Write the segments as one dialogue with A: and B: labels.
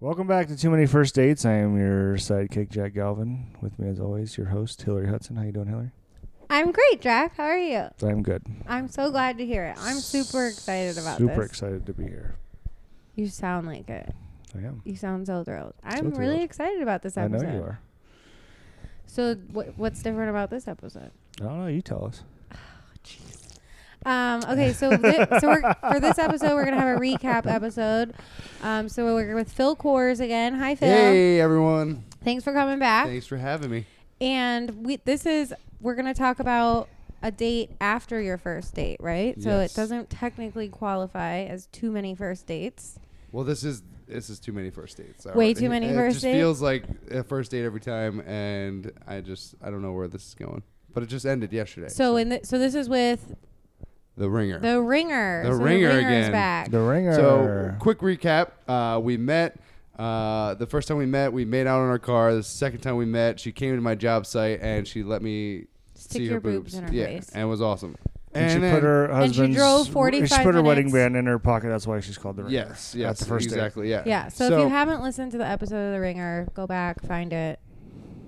A: Welcome back to Too Many First Dates. I am your sidekick, Jack Galvin. With me, as always, your host, Hillary Hudson. How you doing, Hillary?
B: I'm great, Jack. How are you?
A: I'm good.
B: I'm so glad to hear it. I'm super excited about
A: Super
B: this.
A: excited to be here.
B: You sound like it.
A: I am.
B: You sound so thrilled. I'm
A: thrilled.
B: really excited about this
A: I know
B: episode.
A: you are.
B: So, wh- what's different about this episode?
A: I don't know. You tell us.
B: Um, okay, so thi- so we're, for this episode, we're gonna have a recap episode. Um, so we're with Phil Kors again. Hi, Phil. Ah.
C: Hey everyone!
B: Thanks for coming back.
C: Thanks for having me.
B: And we this is we're gonna talk about a date after your first date, right? So
C: Yes.
B: it doesn't technically qualify as too many first dates.
C: Well, this is this is too many first dates.
B: Way too many
C: it
B: first
C: just
B: dates?
C: feels like a first date every time, and I just I don't know where this is going. But it just ended yesterday.
B: So in th- so this is with
C: the ringer.
B: the ringer.
C: The
B: So
C: Ringer
B: the ringer is
C: again.
B: back.
A: The ringer.
C: so quick recap: uh, we met. Uh, the first time we met, we made out on our car. The second time we met, she came to my job site and she let me
B: Stick
C: see
B: your
C: her
B: boobs
C: boobs.
B: in her
C: yeah,
B: face.
C: and it was awesome.
A: and, she
C: then-
A: put her
B: And she
A: husband's.
B: drove
A: She
B: 45
A: put her wedding
B: minutes.
A: band in her pocket. That's why she's called the ringer.
C: Yes, yes,
A: That's the first date.
C: exactly. Yeah,
B: Yeah. So, if you haven't listened to the episode of The Ringer, go back, find it,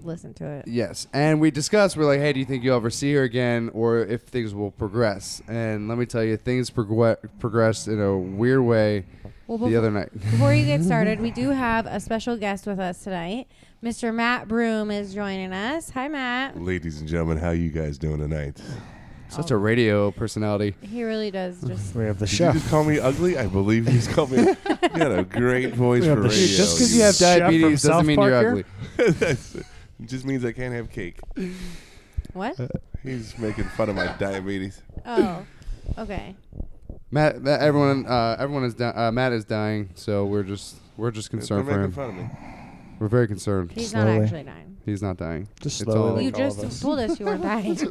B: listen to it.
C: Yes, and we discussed. We're like, hey, do you think you'll ever see her again, or if things will progress? And let me tell you, things progre- progressed in a weird way
B: Well,
C: the other night.
B: Before you get started, we do have a special guest with us tonight. Mr. Matt Broom is joining us. Hi, Matt.
D: Ladies and gentlemen, how you guys doing tonight?
C: Such
B: oh.
C: a radio personality.
B: He really does just.
A: We have the
D: Did
A: chef.
D: you just call me ugly? I believe he's called me. you had a great voice
A: We have
D: for
A: the
D: radio.
A: shit.
C: Just because you have
A: Chef from
C: diabetes doesn't
A: South
C: mean
A: Park
C: you're
A: here?
C: ugly.
D: That's- it just means I can't have cake.
B: What?
D: He's making fun of my diabetes.
B: Oh, okay.
C: Matt, Matt everyone, uh, everyone is di- uh, Matt is dying, so we're just we're just
D: They're
C: concerned for
D: making
C: him.
D: fun of me.
C: We're very concerned.
B: He's
A: Slowly.
B: not actually dying.
C: He's not dying.
A: Just
C: It's
A: slowly,
C: all-
A: like
B: you
A: all of
B: just
A: us.
B: told us you were dying.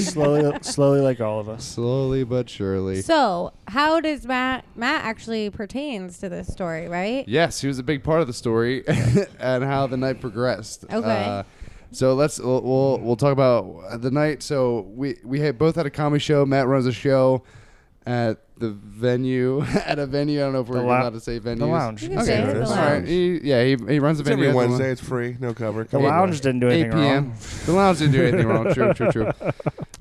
A: slowly, slowly, like all of us.
C: Slowly but surely.
B: so, how does Matt? Matt actually pertains to this story, right?
C: Yes, he was a big part of the story and how the night progressed. Uh,
B: Okay.
C: so let's we'll, we'll we'll talk about the night. So we we had both had a comedy show. Matt runs a show at the venue at a venue. I don't know if we're
A: lou-
C: allowed to say venues.
A: The lounge.
B: You
A: You
B: can
A: can
C: Okay.
B: say
D: it, the
C: all
D: lounge.
C: right. He, yeah, he, he runs a
D: It's
C: venue
D: every
C: at the lou-
D: Wednesday. It's free. No cover.
A: The
D: Come on.
A: lounge didn't do
C: 8
A: anything
C: p.m.
A: wrong.
C: The lounge didn't do anything wrong. True, true, true. Uh,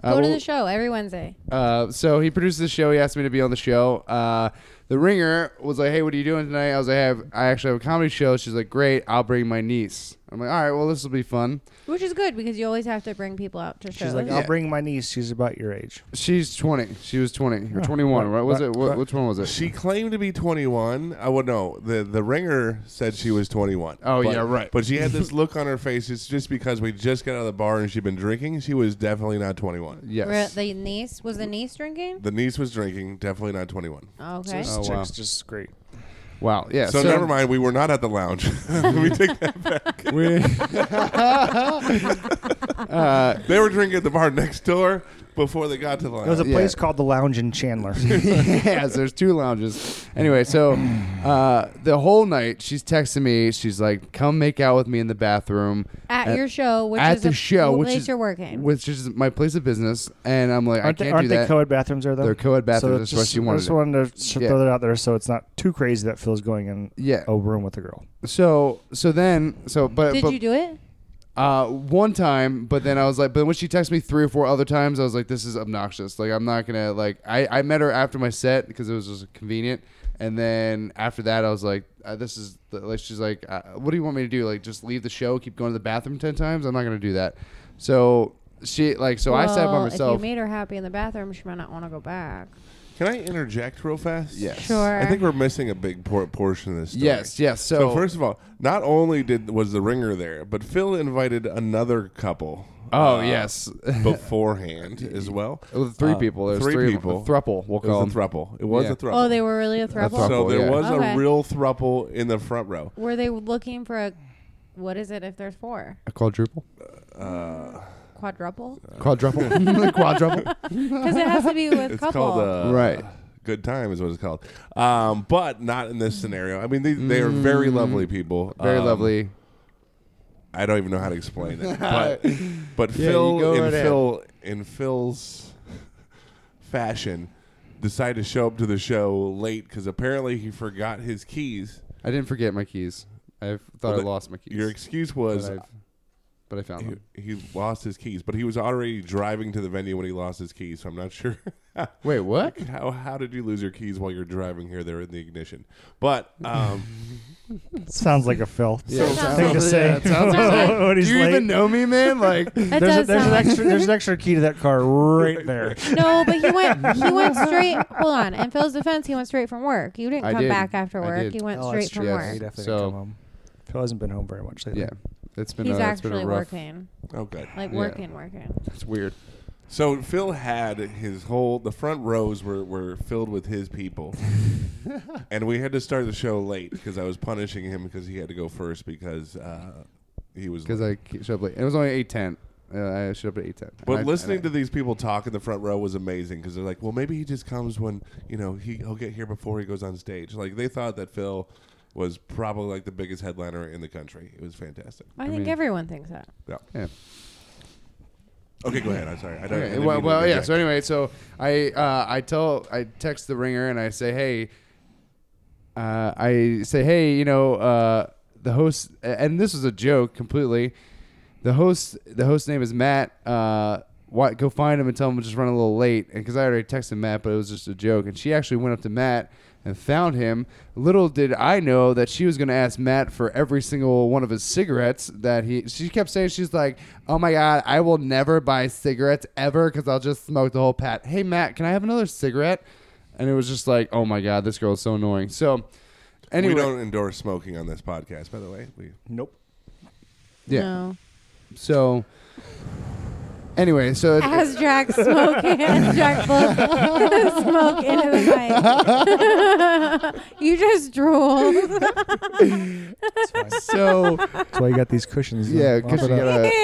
B: Go to
C: we'll-
B: the show every Wednesday.
C: uh, so he produced the show. He asked me to be on the show. Uh, the ringer was like, "Hey, what are you doing tonight?" I was like, "I have, I actually have a comedy show." She's like, "Great, I'll bring my niece." I'm like, "All right, well, this will be fun."
B: Which is good because you always have to bring people out to shows.
A: She's like, I'll
C: Yeah.
A: bring my niece. She's about your age.
C: She's 20. She was 20 or
A: Huh.
C: 21.
A: What-
C: What was
A: what-
C: it? What,
A: what-
C: which one was it?
D: She claimed to be 21. I would know. The the ringer said she was 21.
C: Oh,
D: But-
C: yeah, right.
D: But she had this look on her face. It's just because we just got out of the bar and she'd been drinking. She was definitely not 21.
C: yes.
B: Re- the niece was the niece drinking.
D: The niece was drinking. Definitely not 21.
B: Okay.
A: This
C: Oh,
A: chick's
C: wow.
A: just great.
C: Wow. Yeah.
D: So, never mind. We were not at the lounge. we take that back.
C: Uh,
D: They were drinking at the bar next door before they got to the
A: It was a
D: lounge.
A: place
C: Yeah.
A: called the Lounge in Chandler.
C: yes, there's two lounges. Anyway, so uh, the whole night she's texting me. She's like, "Come make out with me in the bathroom." Uh,
B: at,
C: And-
B: your show, which
C: at
B: is
C: the
B: a
C: show,
B: place
C: which is
B: you're working.
C: which is my place of business, and I'm like,
A: aren't
C: I
A: they,
C: can't
A: aren't
C: do
A: they
C: that.
A: co-ed bathrooms there though?
C: They're co-ed bathrooms.
A: So
C: that's
A: just,
C: what she
A: I
C: wanted.
A: just wanted to sh-
C: Yeah.
A: throw that out there, so it's not too crazy that Phil's going in
C: yeah.
A: a room with a girl.
C: So so then so but
B: Did
C: but,
B: you do it?
C: uh one time, but then I was like, but when she texted me three or four other times, I was like, this is obnoxious. Like I'm not gonna like I I met her after my set because it was just convenient, and then after that I was like, uh, this is the, like she's like, uh, what do you want me to do? Like just leave the show, keep going to the bathroom ten times? I'm not gonna do that. So. She like so I sat by
B: Well,
C: myself.
B: If you made her happy in the bathroom, she might not want to go back.
D: Can I interject real fast?
C: Yes.
B: Sure.
D: I think we're missing a big por- portion of this. Story.
C: yes, yes. So,
D: So, first of all, not only did was the ringer there, but Phil invited another couple. uh,
C: Oh, yes.
D: beforehand as well.
C: Well, three
D: Uh,
C: people. There's
D: three
C: three,
D: people.
C: people. Thruple. We'll
D: It was
C: call
D: a
C: them.
D: thruple. It was
C: Yeah.
D: a thruple.
B: Oh, they were really a throuple.
D: So there
C: yeah.
D: was
B: Okay.
D: a real thruple in the front row.
B: Were they looking for a what is it if there's four
C: A quadruple.
B: quadruple?
C: Quadruple. quadruple.
B: Because it has to be with
D: It's
B: couple.
D: called uh,
C: Right.
D: Good time is what it's called, um, but not in this scenario. I mean, they, they are very lovely people.
C: Mm. Very
D: Um,
C: lovely.
D: I don't even know how to explain it, but but
C: Yeah, you go
D: Phil in
C: right ahead.
D: Phil in Phil's fashion decided to show up to the show late because apparently he forgot his keys.
C: I didn't forget my keys. I thought
D: Well,
C: I
D: the-
C: lost my keys.
D: Your excuse
C: but
D: was
C: I've- but I found them.
D: he, he lost his keys, but he was already driving to the venue when he lost his keys. So I'm not sure
C: Wait, what?
D: how how did you lose your keys while you're driving here? They're in the ignition, but um,
A: Sounds like a Phil
B: Yeah,
C: it
B: sounds-
A: thing to
C: sounds-
A: say.
C: yeah, it sounds like-
A: when
C: Do
A: he's
C: you
A: late.
C: even know me, man? Like,
A: there's, a,
B: That
A: there's an
B: does sound like-
A: extra there's an extra key to that car right there.
B: No, but he went he went straight. Hold on. In Phil's defense, he went straight from work. You didn't
C: I
B: come
C: did.
B: back after
C: I
B: work.
C: did.
B: He went
A: Oh,
B: straight
A: that's
B: from
A: true.
C: yes.
A: He
B: work.
A: definitely
C: So-
A: didn't come home. Phil hasn't been home very much lately.
C: yeah, it's been.
B: He's
C: uh, it's been a
B: actually
C: rough.
B: working,
D: okay.
B: like
C: Yeah.
B: working, working.
C: It's weird.
D: So Phil had his whole the front rows were were filled with his people, and we had to start the show late because I was punishing him because he had to go first because uh, he was.
C: because I ke- showed up late. And it was only eight ten. Uh, I showed up at eight ten.
D: But listening to these people talk in the front row was amazing because they're like, well, maybe he just comes when you know he he'll get here before he goes on stage. Like they thought that Phil was probably like the biggest headliner in the country. It was fantastic.
B: I, think
C: mean-
B: everyone thinks that.
D: Yeah.
C: Yeah.
D: Okay, go ahead. I'm sorry. I don't. I
C: Okay.
D: didn't
C: Well,
D: mean to
C: well, yeah.
D: interject.
C: So anyway, so I uh, I tell I text the ringer and I say, hey, uh, I say, hey, you know, uh, the host, and this was a joke completely. The host, the host name is Matt. Uh, why, go find him and tell him I'm just running a little late. And because I already texted Matt, but it was just a joke. And she actually went up to Matt and found him. Little did I know that she was going to ask Matt for every single one of his cigarettes that he. She kept saying she's like, "Oh my God, I will never buy cigarettes ever because I'll just smoke the whole pack." Hey Matt, can I have another cigarette? And it was just like, "Oh my God, this girl is so annoying." So. Anyway,
D: we don't endorse smoking on this podcast, by the way. We
A: Nope.
C: Yeah.
B: No.
C: So anyway, so
B: As Jack smoking, as Jack blows smoke into the mic. you just drooled.
A: That's fine. That's
C: so
A: why you got these cushions.
C: yeah,
A: Bump it
C: because you
A: up.
C: gotta.
B: Ew.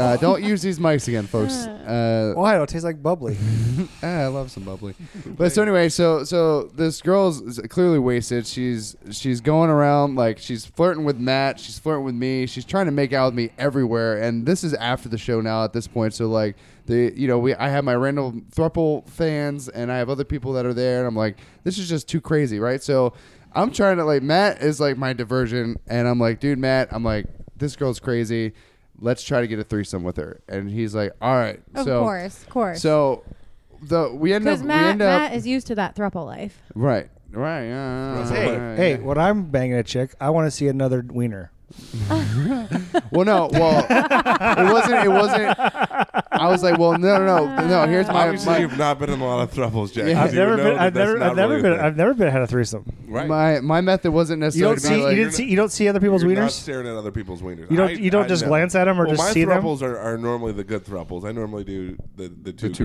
C: Uh, don't use these mics again, folks. Uh,
A: Why? It'll taste like bubbly.
C: Ah, I love some bubbly. But so anyway, so so this girl's is clearly wasted. She's she's going around like she's flirting with Matt. She's flirting with me. She's trying to make out with me everywhere. And this is after the show now at this point. So like the you know we I have my random Thruple fans and I have other people that are there. And I'm like this is just too crazy, right? So I'm trying to like Matt is like my diversion, and I'm like dude Matt, I'm like this girl's crazy. Let's try to get a threesome with her. And he's like, all right.
B: Of
C: so,
B: course, of course.
C: so the we end up
B: because
C: we
B: Matt,
C: end up
B: Matt is used to that thruple life.
C: right right yeah.
D: Hey,
C: yeah,
A: hey,
C: yeah.
A: when I'm banging a chick, I want to see another wiener.
C: well no well it wasn't it wasn't I was like well no no no no here's my
D: obviously
C: my
D: you've not been in a lot of troubles, Jack.
C: Yeah.
D: You
A: I've never
D: know
A: been.
D: that
A: I've
D: that's
A: never.
D: not
A: I've never
D: really a
A: been.
D: thing.
A: I've never been had a threesome.
D: right.
C: my, my method wasn't
A: You don't
C: necessarily to
A: see.
C: be like,
A: You didn't see. You don't see other people's
D: You're
A: wieners.
D: not staring at other people's wieners.
A: You don't-
D: I-
A: you don't
D: I
A: just
D: know.
A: glance at 'em or
D: Well,
A: just see
D: My
A: them?
D: throuples are, are normally the good throuples. I normally do the the two,
C: the two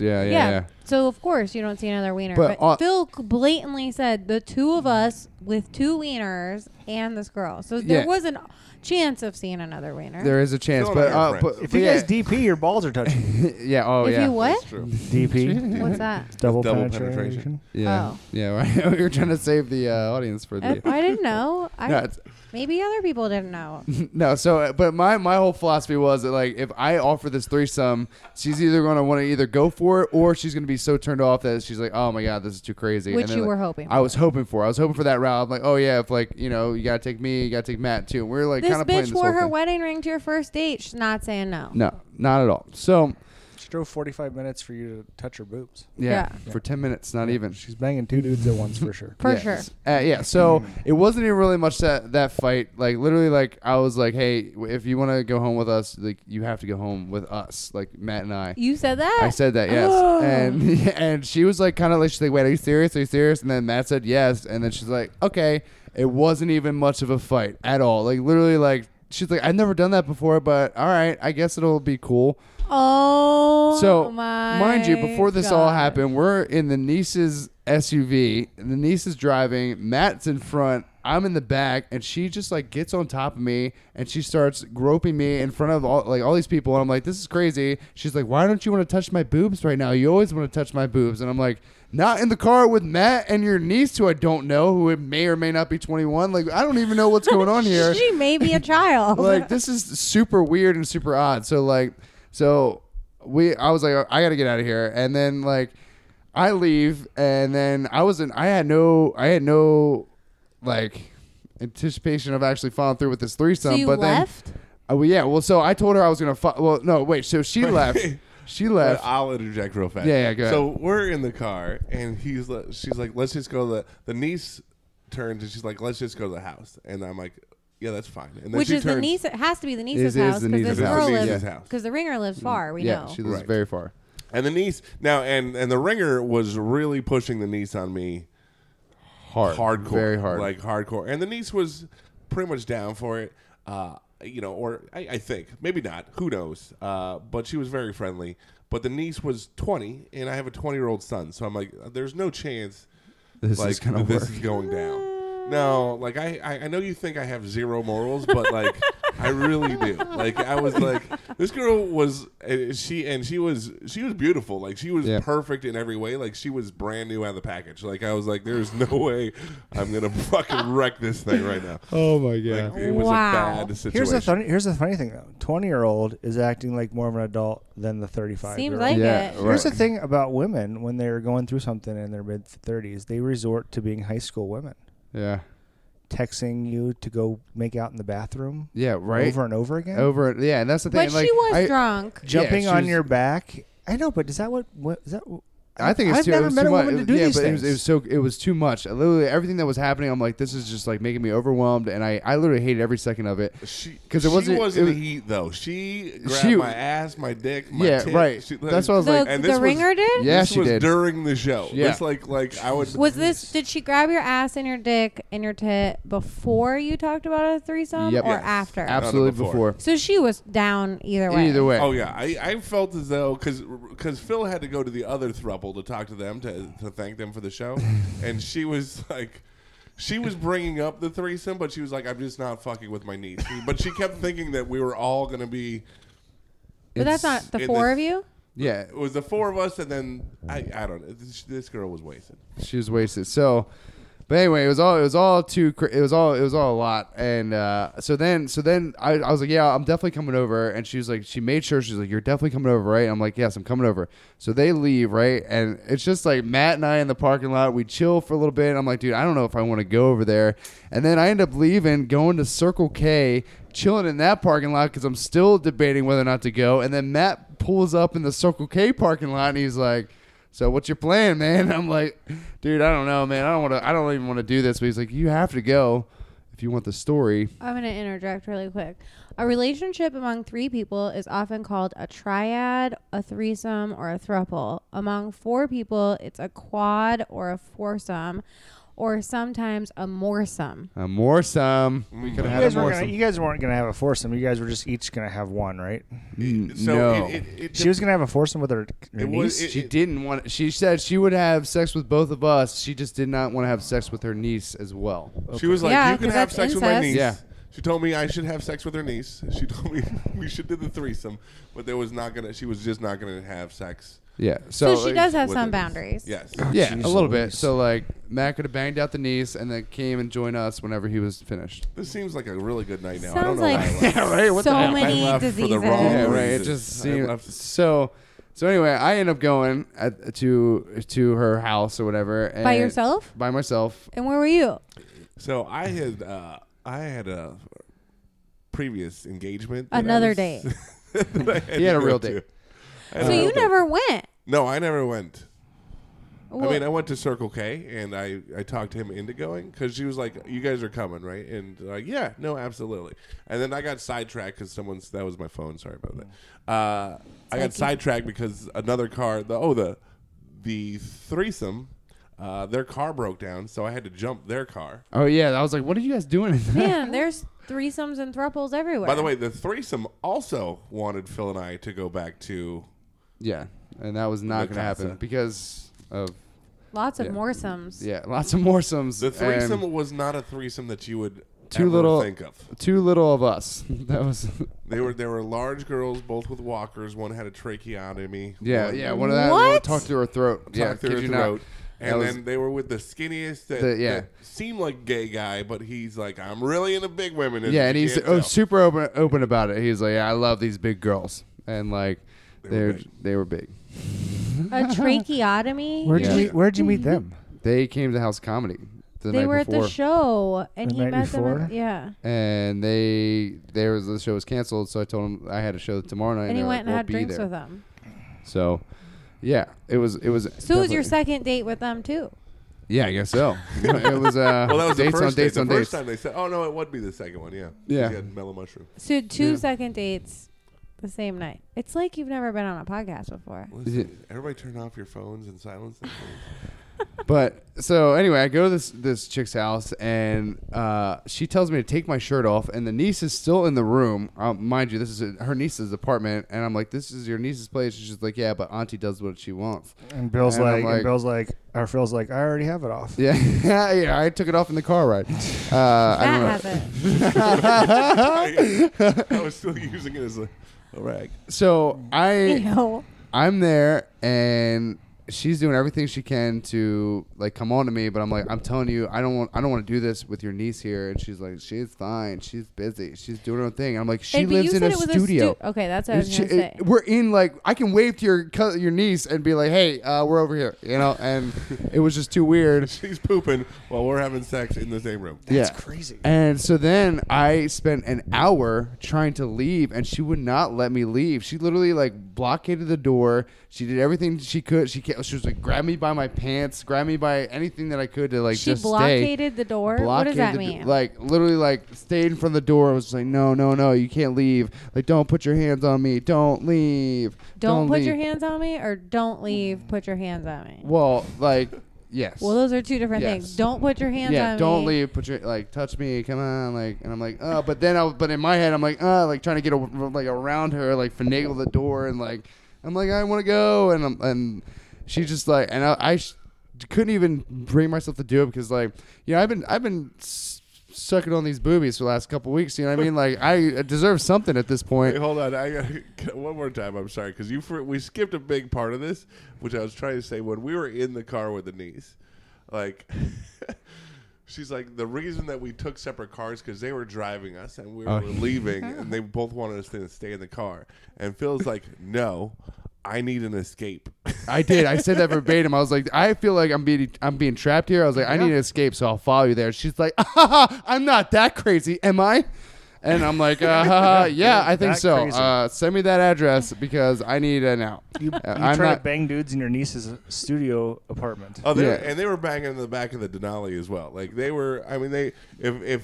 C: girls
D: and
C: yeah yeah yeah
B: So of course you don't see another wiener.
C: But,
B: But,
C: uh,
B: Phil c- blatantly said the two of us with two wieners and this girl. So there
C: Yeah.
B: was a chance of seeing another wiener.
C: there is a chance
D: Still
C: but
D: not
C: uh,
D: your
C: but
D: friend.
A: If
C: but
A: you
C: yeah,
A: guys DP, your balls are touching.
C: yeah oh
B: if
C: yeah
B: you what?
D: That's true.
A: DP,
B: What's that?
A: double,
D: Double
A: penetration.
D: penetration.
C: yeah
B: Oh.
C: yeah right we were trying to save the uh, audience for
B: I,
C: the
B: I didn't know. I,
C: No, it's-
B: maybe other people didn't know.
C: No, so uh, but my my whole philosophy was that like if I offer this threesome, she's either going to want to either go for it or she's going to be so turned off that she's like, oh my god, this is too crazy.
B: Which
C: then,
B: you
C: like,
B: were hoping
C: I was hoping for. I was hoping for that route. I'm like, oh yeah, if like you know you gotta take me, you gotta take Matt too. And we are like
B: this
C: kind of playing
B: bitch
C: this
B: wore
C: whole
B: her
C: thing.
B: wedding ring to your first date. She's not saying no.
C: No, not at all. So
A: She drove 45 minutes for you to touch her boobs.
C: yeah,
B: Yeah.
C: for ten minutes, not even.
A: She's banging two dudes at once for sure.
B: For
C: Yes.
B: sure.
C: Uh, yeah. So it wasn't even really much that that fight. Like literally, like I was like, hey, if you want to go home with us, like you have to go home with us, like Matt and I.
B: You said that?
C: I said that, yes.
B: Oh.
C: And and she was like kind of like she's like, Wait, are you serious? Are you serious? And then Matt said yes. And then she's like, Okay. It wasn't even much of a fight at all. Like literally like she's like, I've never done that before, but all right, I guess it'll be cool.
B: Oh
C: so
B: my
C: mind you, before this all
B: God.
C: happened, we're in the niece's SUV. The niece is driving, Matt's in front. I'm in the back, and she just like gets on top of me, and she starts groping me in front of all like all these people, and I'm like, "This is crazy." She's like, "Why don't you want to touch my boobs right now? You always want to touch my boobs," and I'm like, "Not in the car with Matt and your niece, who I don't know, who it may or may not be 21. Like, I don't even know what's going on here."
B: She may be a child.
C: like this is super weird and super odd. So like so we I was like I got to get out of here and then like I leave and then I wasn't I had no I had no like anticipation of actually following through with this threesome.
B: So you
C: but
B: left?
C: then, oh well, yeah. Well, so I told her I was gonna. Fo- well, no, wait. So she left. She left.
D: I'll interject real fast.
C: Yeah, yeah, go ahead.
D: So we're in the car, and he's li- she's like, "Let's just go." To the the niece turns, and she's like, "Let's just go to the house." And I'm like, "Yeah, that's fine." And then
B: Which
D: she
B: is
D: turns,
B: the niece. It has to be the
C: is
B: niece's
C: the
B: house
C: niece's Mm.
B: because this
D: house.
B: girl
D: It is the niece's
B: lives
D: house.
B: because the ringer lives far. We
C: yeah,
B: know.
C: she lives
D: Right.
C: very far.
D: and the niece now, and and the ringer was really pushing the niece on me,
C: Hard.
D: hardcore,
C: Very hard.
D: like hardcore. And the niece was pretty much down for it, uh, you know, or I, I think maybe not. Who knows? Uh, but she was very friendly. But the niece was 20, and I have a 20 year old son, so I'm like, "There's no chance."
C: this
D: like
C: is gonna
D: this
C: work.
D: is going down. No, like I, I, I know you think I have zero morals, but like I really do. Like I was like this girl was uh, she and she was she was beautiful. Like she was
C: Yeah.
D: perfect in every way. Like she was brand new out of the package. Like I was like, there's no way I'm gonna fucking wreck this thing right now.
C: Oh my
D: Like,
C: god.
D: it was
B: Wow.
D: a bad situation.
A: Here's the funny. Here's the funny thing though. Twenty year old is acting like more of an adult than the thirty five.
B: Seems like
C: Yeah,
B: it.
C: right.
A: Here's the thing about women when they're going through something in their mid 30s, they resort to being high school women,
C: yeah.
A: texting you to go make out in the bathroom
C: Yeah. Right.
A: over and over again,
C: Over. Yeah, and that's the thing.
B: But
C: like,
B: she was
C: I,
B: drunk.
A: jumping
C: she
A: on
C: was-
A: your back. I know, but is that what, what is that? what-
C: I think it's
A: I've
C: too, it
A: never
C: was
A: met
C: too
A: a
C: much.
A: woman
C: It-
A: to do
C: yeah,
A: these
C: but
A: things.
C: It was, it was so it was too much. Uh, Literally everything that was happening, I'm like, this is just like making me overwhelmed, and I, I literally hated every second of it.
D: She,
C: 'Cause
D: because
C: it
D: it wasn't,
C: wasn't-
D: she wasn't
C: it-
D: heat though. She grabbed
C: She-
D: my ass, my dick, my
C: yeah,
D: tit.
C: right.
D: She-
C: That's what I was
B: The,
C: like.
D: and
B: the
D: this was-
B: ringer did.
C: Yeah,
D: this
C: she
D: was
C: did.
D: during the show.
C: Yeah.
D: It's like like I would
B: Was this? Did she grab your ass and your dick and your tit before you talked about a threesome
C: Yep.
B: or
C: Yes.
B: after?
C: Absolutely
D: Done it
C: before.
D: before.
B: So she was down either way.
C: Either way.
D: Oh yeah, I, I felt as though because because Phil had to go to the other thruple to talk to them to to thank them for the show, and she was like. She was bringing up the threesome, but she was like, "I'm just not fucking with my niece." But she kept thinking that we were all gonna be.
B: But that's not
C: It's-
B: the
D: in
B: four
D: the-
B: of you.
C: Yeah,
D: It was the four of us, and then I, I don't know. This, this girl was wasted.
C: she was wasted. So, but anyway, it was all it was all too cra- it was all it was all a lot. And uh, so then so then I, I was like, yeah, I'm definitely coming over. And she was like, she made sure she's like, you're definitely coming over, right? I'm like, yes, I'm coming over. So they leave, right? And it's just like Matt and I in the parking lot. We chill for a little bit. I'm like, dude, I don't know if I want to go over there. And then I end up leaving, going to Circle K. Chilling in that parking lot because I'm still debating whether or not to go. And then Matt pulls up in the Circle K parking lot and he's like, so what's your plan, man? I'm like, dude, I don't know, man. I don't want to. I don't even want to do this. But he's like, you have to go if you want the story.
B: I'm going to interject really quick. A relationship among three people is often called a triad, a threesome, or a thruple. Among four people, it's a quad or a foursome, or sometimes a moresome.
C: A moresome. We could
A: Mm.
C: have
A: You
C: had a
A: guys, were gonna,
C: moresome.
A: you guys weren't going to have a foursome. You guys were just each going to have one, right?
C: Mm,
D: So
C: no,
D: it, it, it,
A: She was going to have a foursome with her, her
D: It
A: niece.
D: was- it-
C: she didn't want. She said she would have sex with both of us. She just did not want to have sex with her niece as well.
D: She was like,
B: Yeah,
D: "You can
B: 'cause
D: have
B: that's
D: sex with my
B: incest.
D: niece."
C: Yeah.
D: She told me I should have sex with her niece. She told me we should do the threesome, but there was not gonna. She was just not gonna have sex.
C: Yeah. So,
B: So, she does have
D: with
B: some
D: her niece.
B: boundaries.
D: Yes.
C: Yeah,
A: Jeez
C: a little bit.
A: Louise.
C: So like, Matt could have banged out the niece and then came and joined us whenever he was finished.
D: This seems like a really good night now. I don't
B: Sounds
D: know why I
B: like-
D: left.
C: right.
B: so
D: hell?
B: many
D: I left for the
B: diseases.
D: wrong
C: Yeah,
D: Oh,
C: right. It
D: Jesus.
C: just
D: I
C: seemed
D: love-
C: so. So anyway, I end up going at, to to her house or whatever. And
B: By yourself?
C: By myself.
B: And where were you?
D: So I had uh, I had a previous engagement. that I
B: Another
D: was-
B: date.
D: that I
C: He had
D: to
C: a
D: go
C: real
D: to.
C: date.
D: I had
B: so
D: a
B: you
D: real date.
B: never went.
D: No, I never went. I
B: Well,
D: mean, uh, I went to Circle K and I, I talked him into going because she was like, "You guys are coming, right?" And like, yeah, no, absolutely. And then I got sidetracked because someone's that was my phone. Sorry about
C: Mm.
D: that. Uh, I got sidetracked because another car. The oh the the threesome. Uh, their car broke down, so I had to jump their car.
C: Oh yeah, I was like, what are you guys doing? in there?"
B: man, there's threesomes and thruples everywhere.
D: By the way, the threesome also wanted Phil and I to go back to.
C: yeah, and that was not
D: The
C: gonna happen
D: concept.
C: because of
B: lots of
C: yeah.
B: moresomes.
C: yeah, lots of moresomes.
D: The threesome
C: and
D: was not a threesome that you would
C: Too
D: ever
C: little-
D: think of.
C: Too little of us. That was.
D: They were there were large girls, both with walkers. One had a tracheotomy.
C: Yeah,
D: one
C: yeah. One of that.
B: What?
C: Talk through her throat. yeah,
D: talked through
C: kid
D: her
C: you not.
D: throat.
C: That
D: And
C: was-
D: then they were with the skinniest that,
C: The- yeah.
D: that seemed like gay guy, but he's like, I'm really into big women. as
C: yeah,
D: you
C: and he's
D: can't
C: oh,
D: tell.
C: super open open about it. He's like, yeah, I love these big girls, and like,
D: They
C: they
D: were
C: are
D: big.
C: they were big.
B: A tracheotomy.
A: Where'd,
C: Yeah.
A: you meet, where'd you meet them?
C: They came to House Comedy. the
B: they
C: night
B: were at
C: before.
B: the show, and
A: The
B: he
A: night
B: met them.
A: before?
B: At, yeah,
C: and they there was the show was canceled, so I told him I had a show tomorrow night.
B: and,
C: and
B: he
C: they're
B: went and had
C: like, "We'll be
B: drinks
C: there."
B: with them.
C: So, yeah, it was it was.
B: So it was your
C: definitely-
B: second date with them too.
C: Yeah, I guess so. it was uh,
D: Well, that was
C: dates
D: the first
C: on dates
D: date.
C: on
D: the
C: dates.
D: first time they said, "Oh no, it would be the second one." Yeah,
C: Yeah.
D: He had mellow mushroom.
B: So two second
C: Yeah.
B: dates, the same night. It's like you've never been on a podcast before.
D: Listen, everybody, turn off your phones and silence them.
C: But so anyway, I go to this this chick's house and uh, she tells me to take my shirt off, and the niece is still in the room. Uh, mind you, this is her niece's apartment, and I'm like, "This is your niece's place." She's just like, "Yeah, but Auntie does what she wants."
A: And Bill's
C: And I'm
A: like,
C: like-
A: and Bill's like, or Phil's like, I already have it off.
C: Yeah, yeah, yeah. I took it off in the car ride. Uh, I
B: that
C: don't know.
B: happened.
D: I was still using it as a, a rag.
C: So I
B: Ew.
C: I'm there and she's doing everything she can to like come on to me, but I'm like, I'm telling you, I don't want I don't want to do this with your niece here. And she's like, She's fine, she's busy, she's doing her own thing. And I'm like, She
B: And- but
C: lives
B: you
C: in
B: said
C: a
B: it was stu-
C: studio.
B: okay, that's what I was
C: It's-
B: gonna
C: it-
B: say.
C: we're in like I can wave to your co- your niece and be like, "Hey, uh, we're over here," you know, and it was just too weird.
D: She's pooping while we're having sex in the same room.
A: That's
C: yeah.
A: crazy.
C: And so then I spent an hour trying to leave, and she would not let me leave. She literally like blockaded the door. She did everything she could. She ca- she was like grab me by my pants, grab me by anything that I could to like
B: She
C: just stay.
B: blockaded the door. What does
C: Blockaded
B: that
C: the do-
B: mean?
C: like literally like stayed in front of the door and was just like no no no you can't leave like don't put your hands on me don't leave
B: don't, put
C: leave."
B: your hands on me, or don't leave. Put your hands on me.
C: well like yes
B: Well, those are two different
C: Yes.
B: things. Don't put your hands
C: yeah,
B: on
C: don't
B: me.
C: leave. Put your like, touch me, come on, like, and I'm like, oh, but then I, was- but in my head, I'm like, oh, like trying to get a, like around her, like finagle the door, and like, I'm like, I want to go, and I'm, and she just like, and I, I sh- couldn't even bring myself to do it because like, you know, I've been, I've been. S- Sucking on these boobies for the last couple weeks, you know what I mean? Like I deserve something at this
D: Wait,
C: point.
D: hold on. I got one more time. I'm sorry because you for, we skipped a big part of this, which I was trying to say when we were in the car with the niece. Like, she's like the reason that we took separate cars because they were driving us and we were
C: Oh.
D: leaving, and they both wanted us to stay in the car. And Phil's like, "No, I need an escape."
C: I did. I said that verbatim. I was like, I feel like I'm being I'm being trapped here. I was like, I need to escape, so I'll follow you there. She's like, "Ah, I'm not that crazy, am I? And I'm like, uh, yeah, I think
A: That
C: so.
A: crazy.
C: Uh, send me that address because I need an out.
A: You, you
C: Uh,
A: try
C: I'm
A: to
C: not.
A: bang dudes in your niece's studio apartment.
D: Oh, they were,
C: Yeah.
D: and they were banging in the back of the Denali as well. Like they were. I mean, they if if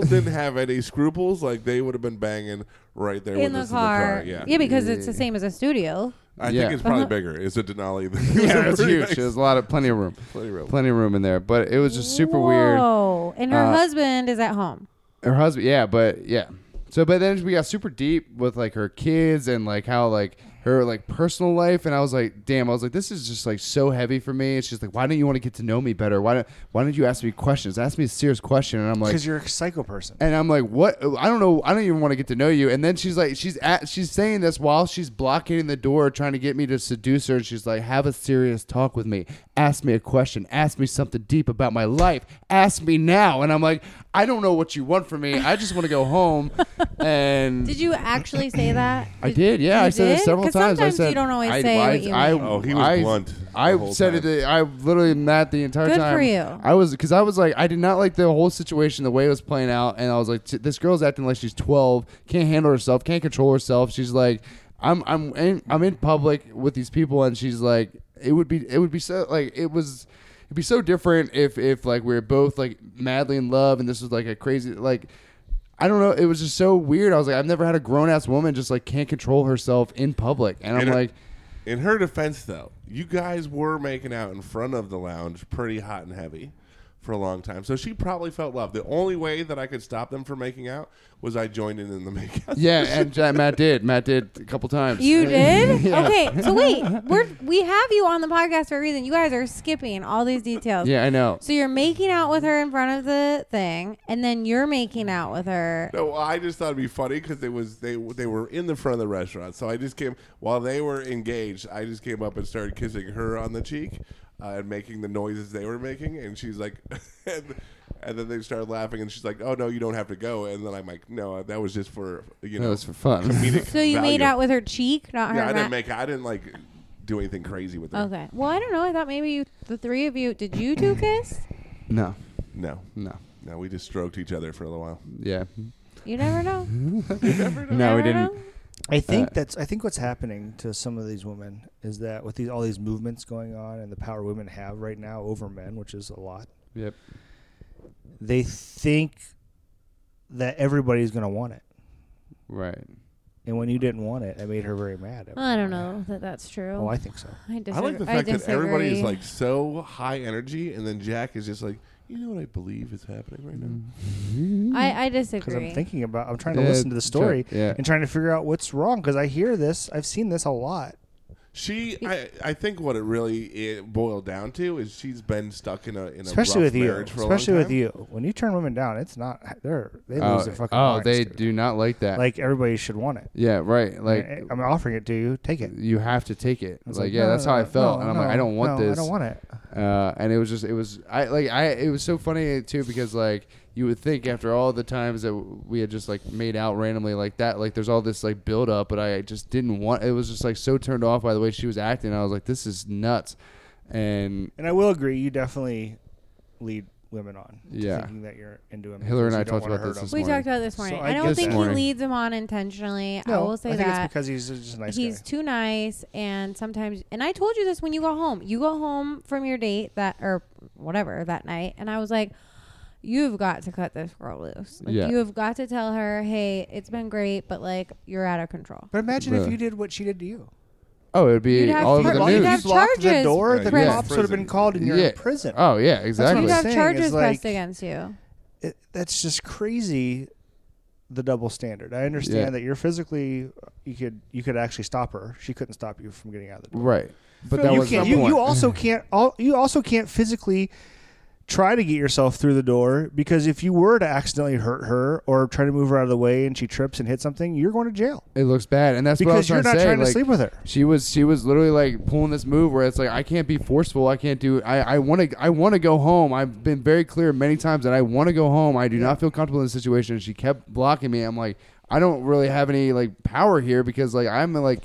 D: didn't have any scruples, like they would have been banging right there
B: in
D: with
B: the
D: us
B: car.
D: in the car. Yeah,
B: yeah, because it's the same as a studio.
D: I
C: Yeah.
D: think it's probably
B: Uh-huh.
D: bigger. It's a Denali.
C: yeah, it's huge. There's a lot of plenty of room,
D: Plenty of room.
C: plenty of room in there. But it was just super weird.
B: Whoa. And her
C: Uh,
B: husband is at home.
C: her husband yeah but yeah so but then we got super deep with like her kids and like how like her like personal life and i was like damn i was like this is just like so heavy for me and she's like why don't you want to get to know me better why don't why don't you ask me questions ask me a serious question and i'm like
A: Because you're a psycho person.
C: and I'm like, what? I don't know. I don't even want to get to know you. And then she's like, she's at, she's saying this while she's blockading the door, trying to get me to seduce her. And she's like, have a serious talk with me. Ask me a question. Ask me something deep about my life. Ask me now. And I'm like, I don't know what you want from me. I just want to go home. and
B: Did you actually say that?
C: I did. Yeah,
B: you
C: I said it
B: did?
C: several
B: 'Cause
C: times. I
B: sometimes
C: said
B: you don't always
C: I,
B: say
C: I,
B: what you
C: I-
B: mean.
D: Oh, he was
C: I-
D: blunt the
C: I
D: whole
C: said
D: time.
C: it. the- I literally not the entire
B: Good for
C: time.
B: you.
C: I was because I was like I did not like the whole situation the way it was playing out, and I was like, "T- this girl's acting like she's twelve, can't handle herself, can't control herself. She's like, I'm I'm in, I'm in public with these people, and she's like, it would be it would be so like it was. It'd be so different if, if like we were both like madly in love and this was like a crazy like I don't know. It was just so weird. I was like, I've never had a grown ass woman just like can't control herself in public, and I'm
D: In her-
C: like,
D: in her defense, though, you guys were making out in front of the lounge pretty hot and heavy for a long time. So she probably felt love. The only way that I could stop them from making out was I joined in in the makeout.
C: yeah. And Ja- Matt did. Matt did a couple times.
B: You did? Okay. So wait, we're we have you on the podcast for a reason. You guys are skipping all these details.
C: Yeah, I know.
B: So you're making out with her in front of the thing, and then you're making out with her.
D: No, I just thought it'd be funny because it was they they were in the front of the restaurant, so I just came while they were engaged. I just came up and started kissing her on the cheek uh, and making the noises they were making, and she's like, and, and then they started laughing, and she's like, "Oh no, you don't have to go," and then I'm like, "No, that was just for you
C: That
D: know."
C: was for fun.
D: comedic
B: So you made
D: value."
B: out with her cheek, not her.
D: Yeah, I
B: ma-
D: didn't make. I didn't like do anything crazy with it.
B: Okay. Well, I don't know. I thought maybe you, the three of you, did you two kiss?
C: no.
D: No,
C: No.
D: no, we just stroked each other for a little while.
C: Yeah.
B: You never know.
C: No, we
B: Never
C: didn't.
B: know.
A: I think
C: Uh,
A: that's. I think what's happening to some of these women is that with these all these movements going on and the power women have right now over men, which is a lot.
C: Yep.
A: They think that everybody's going to want it,
C: Right.
A: and when you didn't want it, I made her very mad. at
B: I
A: me.
B: don't know that that's true.
A: Oh, I think so.
B: I, disagree.
D: I like the fact that everybody is
B: disagree.
D: like so high energy, and then Jack is just like, you know what I believe is happening right
A: Mm.
D: now.
B: I, I
A: Because
B: disagree.
A: "Hmm, I'm thinking about. I'm trying to
C: Yeah,
A: listen to the story
C: sure, yeah.
A: and trying to figure out what's wrong. Because I hear this. I've seen this a lot.
D: She, I, I think what it really it boiled down to is she's been stuck in a in a
A: especially
D: rough
A: with you.
D: marriage for a long
A: Especially with
D: time.
A: you. When you turn women down, it's not. They're they lose
C: Oh,
A: their fucking.
C: oh
A: minds,
C: they
A: dude.
C: do not like that.
A: Like everybody should want it.
C: yeah, right. Like
A: I- I'm offering it to you. Take it.
C: you have to take it.
A: I was
C: Like, yeah,
A: no,
C: that's
A: no,
C: how I
A: no,
C: felt,
A: no,
C: and I'm like,
A: no,
C: I don't want
A: no,
C: this.
A: I don't want it.
C: uh, and it was just, it was, I like, I it was so funny too because like you would think after all the times that we had just like made out randomly like that, like there's all this like build up, but I just didn't want. It was just like so turned off by the way she was acting. I was like, this is nuts, and
A: And I will agree. You definitely lead women on. to
C: Yeah.
A: Thinking that you're into them.
C: Hillary
A: because
C: and I
A: you don't
C: talked
A: wanna
C: about
A: hurt
C: this this
A: them.
B: we
C: morning.
B: talked about this
A: So
B: morning.
A: I
B: I, don't
A: guess
B: think
C: that-
B: he leads them on intentionally. I
A: No,
B: will say
A: I think
B: that.
A: it's because he's just a nice
B: he's
A: guy.
B: too nice and sometimes and i told you this when you got home you got home from your date that or whatever that night and i was like you've got to cut this girl loose like
C: Yeah.
B: you have got to tell her hey it's been great but like you're out of control
A: But imagine if
C: Really.
A: you did what she did to you.
C: oh, it'd be
B: You'd have
C: all
B: to-
C: over the
B: Well, you'd
C: news.
B: have
A: you locked the
B: charges
A: door.
D: Yeah,
A: The
C: you're in
A: cops would have been
D: prison.
A: called, and you're
C: yeah.
A: in prison.
C: Oh yeah,
A: what I'm
C: exactly.
B: you'd have
A: saying is,
B: charges
A: like-
B: pressed against you
A: it, that's just crazy the double standard i understand
C: Yeah.
A: that you're physically you could you could actually stop her she couldn't stop you from getting out of the door
C: Right. But
D: So
C: that
A: you,
C: was
A: can't,
C: the
A: you,
C: point.
A: you also can't all, you also can't physically try to get yourself through the door because if you were to accidentally hurt her or try to move her out of the way and she trips and hits something you're going to jail
C: it looks bad, and that's what I
A: because
C: was
A: you're
C: trying
A: not
C: to say.
A: trying to
C: like,
A: sleep with her
C: she was she was literally like pulling this move where it's like I can't be forceful. I can't do. I I want to I want to go home. I've been very clear many times that I want to go home. I do not feel comfortable in this situation. She kept blocking me. I'm like I don't really have any like power here because like I'm like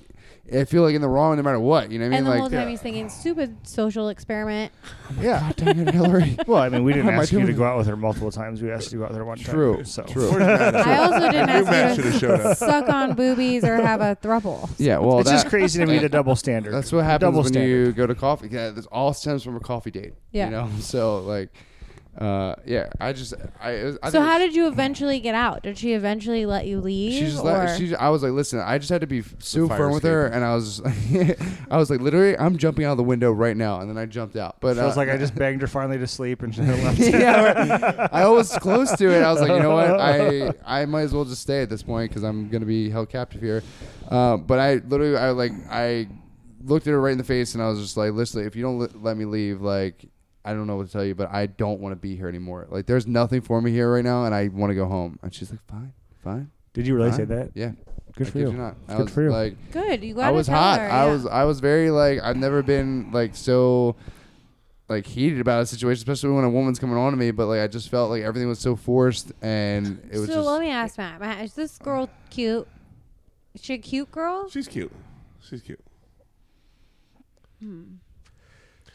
C: I feel like in the wrong no matter what. You know what I mean?
B: and the
C: like
B: whole time he's thinking stupid social experiment
A: yeah
C: God dang it, Hillary.
A: well i mean we didn't
C: How am I
A: ask you to
C: doing?
A: go out with her multiple times we asked you to go out with her one
C: True,
A: time so
D: Of
C: true.
D: course not.
B: i also didn't
D: Your Matt
B: ask
D: should
B: you
D: have
B: to
D: showed up.
B: suck on boobies or have a thruple
C: yeah. Well,
A: it's
C: that,
A: just crazy to me the double standard
C: That's what happens
A: double
C: when
A: standard.
C: you go to coffee. Yeah, this all stems from a coffee date.
B: Yeah.
C: You know, so like, uh, yeah, I just I. It was, I
B: so
C: think
B: how
C: it was-
B: did you eventually get out did she eventually let you leave
C: She
B: or-
C: just let, she, I was like, listen, I just had to be f- so
D: fire
C: firm with her, and I was, just, I was like, literally, I'm jumping out of the window right now, and then I jumped out. But
A: Feels
C: uh,
A: like I just banged her finally to sleep and she left.
C: yeah, right. I was close to it. I was like, you know what? I I might as well just stay at this point because I'm gonna be held captive here. Uh, but I literally, I like, I looked at her right in the face and I was just like, listen, if you don't le- let me leave, like, I don't know what to tell you, but I don't want to be here anymore. Like, there's nothing for me here right now, and I want to go home. And she's like, fine, fine.
A: Did you really say
C: fine."
A: that?
C: Yeah.
A: Good
C: I
A: for
C: kid
A: you.
C: not. I
A: Good
C: was
A: for you.
C: Like,
B: Good. You got
C: I
B: to
C: was
B: tell
C: hot.
B: her,
C: I
B: yeah.
C: was I was very like I've never been like so like heated about a situation, especially when a woman's coming on to me. But like I just felt like everything was so forced, and it
B: So
C: was
B: let
C: just
B: me ask Matt. Matt, is this girl cute? Is she a cute girl?
D: She's cute. She's cute.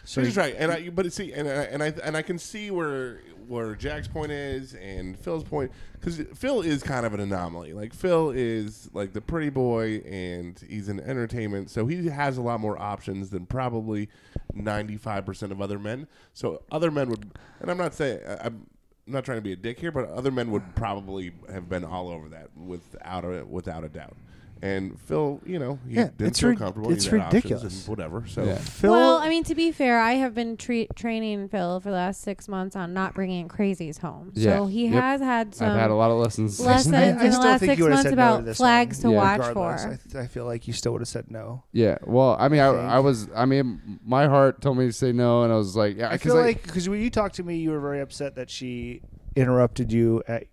A: So
D: She's right, and I but see, and I, and I and I can see where where Jack's point is and Phil's point because Phil is kind of an anomaly. Like Phil is like the pretty boy, and he's in entertainment, so he has a lot more options than probably ninety five percent of other men. So other men would, and I'm not saying I- I'm not trying to be a dick here, but other men would probably have been all over that without a without a doubt. And Phil, you know, he
A: Yeah,
D: didn't
A: it's
D: feel
A: rid-
D: comfortable. He
A: it's
D: had options
A: ridiculous.
D: and whatever. So.
C: Yeah.
A: Phil,
B: well, I mean, to be fair, I have been tre- training Phil for the last six months on not bringing crazies home. So
C: Yeah.
B: he
C: Yep.
B: has had some
C: I've had a lot of lessons.
B: lessons
A: I,
B: in the
A: still
B: last
A: think
B: six
A: you would have
B: months
A: said no to
B: about
A: this
B: flags to
A: one,
C: Yeah.
B: watch
A: regardless.
B: for.
A: I, th- I feel like you still would have said no.
C: yeah. Well, I mean, I,
A: think.
C: I was I mean, my heart told me to say no, and I was like, yeah,
A: I
C: 'cause,
A: feel like because when you talked to me, you were very upset that she interrupted you at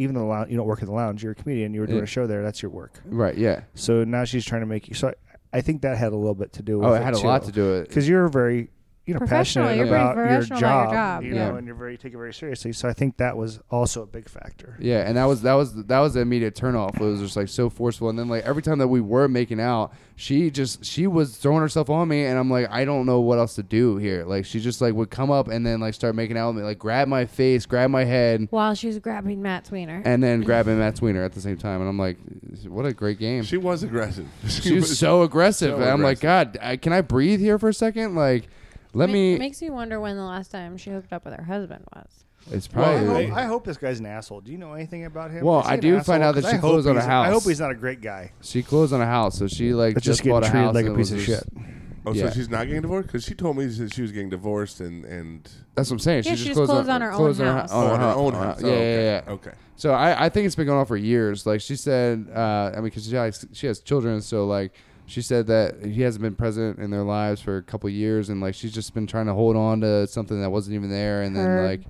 A: even the lounge. You don't work at the lounge. You're a comedian. You were doing
C: Yeah.
A: a show there. That's your work.
C: right, yeah.
A: So now she's trying to make you. So I, I think that had a little bit to do. with
C: Oh, it had a lot to do with it.
A: because you're very you know
B: Professional,
A: passionate
B: you're pretty
A: about, your
B: professional
A: job,
B: about your job,
A: you
C: yeah.
A: know, and you're very take it very seriously. So I think that was also a big factor.
C: Yeah, and that was that was that was the immediate turnoff. It was just like so forceful, and then like every time that we were making out, she just she was throwing herself on me, and I'm like, I don't know what else to do here. Like she just like would come up and then like start making out with me, like grab my face, grab my head,
B: While she was grabbing Matt's wiener.
C: and then grabbing Matt Tweener at the same time, and I'm like, what a great game.
D: She was aggressive. She,
C: She was so aggressive,
D: so
C: and I'm like, God, I, can I breathe here for a second? Like, let
B: Ma-
C: me.
B: It makes me wonder when the last time she hooked up with her husband was.
C: it's
A: Well, I,
C: probably.
A: hope, I hope this guy's an asshole. Do you know anything about him?
C: Well,
A: Is he
C: I
A: an
C: do
A: asshole?
C: find out that
A: 'Cause
C: she
A: I hope
C: closed on a
A: he's- I hope
C: house.
A: he's not a great guy.
C: She closed on a house, so she like
A: That's
C: just,
A: just
C: bought
A: getting
C: a
A: treated
C: house.
A: like
C: and
A: a
C: it was
A: piece of
C: just-
A: shit.
D: Oh,
C: Yeah.
D: so she's not getting divorced because she told me that she was getting divorced and and
C: That's what I'm saying.
B: Yeah,
C: she, just closed, on, her
B: own
C: on
B: house.
C: On
D: oh,
C: her,
D: on her
C: hou- on
D: own
C: her-
D: house.
C: Yeah,
D: oh,
C: yeah,
D: okay.
C: yeah.
D: Okay.
C: So I, I think it's been going on for years. Like she said, uh, I mean, because she has, she has children, so like she said that he hasn't been present in their lives for a couple years, and like she's just been trying to hold on to something that wasn't even there, and then
B: Heard.
C: like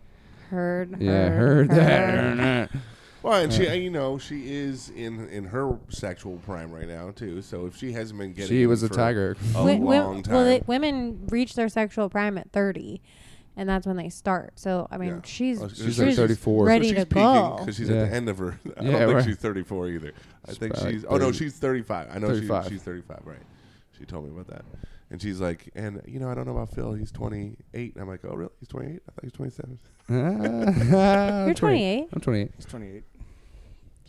B: Heard.
C: yeah,
B: heard.
C: heard that.
D: Well, and she, you know, she is in in her sexual prime right now too. So if she hasn't been getting,
C: She
D: it
C: was a
D: for
C: tiger.
D: a
B: Wi- wi-
D: long time.
B: Well, they, women reach their sexual prime at 30, and that's when they start. So, I mean,
D: Yeah.
B: she's,
D: I was
B: she's,
D: gonna
C: Oh, She's like 34.
D: So
B: ready
D: she's
B: to
D: peaking
B: go.
D: because she's
C: Yeah.
D: at the end of her. I
C: Yeah,
D: don't think
C: right.
D: she's 34 either. I think
C: about
D: she's.
C: like
D: Oh no,
C: 30.
D: she's 35. I know
C: 35.
D: She, she's 35. Right. She told me about that, and she's like, and you know, I don't know about Phil. He's 28. I'm like, oh really? He's 28. I thought he was 27.
C: You're
B: You're 28.
C: I'm 28.
A: He's 28.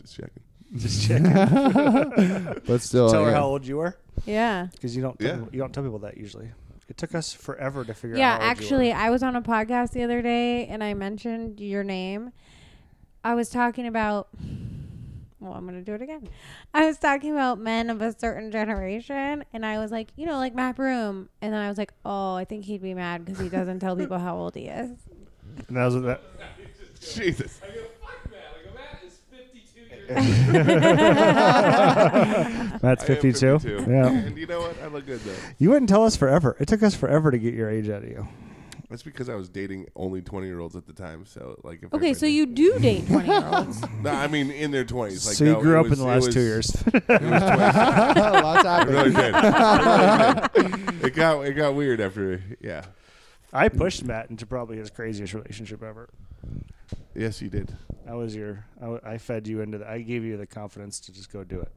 D: Just checking.
A: Just checking.
C: But still,
A: tell her
C: yeah.
A: how old you were
B: Yeah.
A: because you don't tell
D: Yeah.
A: people, you don't tell people that usually. It took us forever to figure out.
B: yeah,
A: how old you
B: actually,
A: were.
B: I was on a podcast the other day and I mentioned your name. I was talking about. Well, I'm going to do it again. I was talking about men of a certain generation, and I was like, you know, like Matt Broom. And then I was like, oh, I think he'd be mad because he doesn't tell people how old he is.
A: and that was that.
D: Jesus.
E: I go, fuck Matt. I go, Matt is 52 years old.
A: That's
D: I am
A: 52.
D: 52.
A: Yeah,
D: And you know what? I look good though.
A: you wouldn't tell us forever. It took us forever to get your age out of you.
D: That's because I was dating only 20 year olds at the time. So like, if
B: Okay,
D: if I
B: so
D: did-
B: you do date 20 year olds.
D: No, I mean in their 20s. Like,
A: so you
D: no,
A: grew
D: it
A: up
D: was-
A: in the
D: it
A: last
D: was-
A: two years.
D: It was 20s.
C: Lots
D: I
C: happened.
D: really did. I really did. It got it got weird after. Yeah.
A: I pushed Matt into probably his craziest relationship ever.
D: Yes, you did.
A: I was your. I, w- I fed you into. The, I gave you the confidence to just go do it.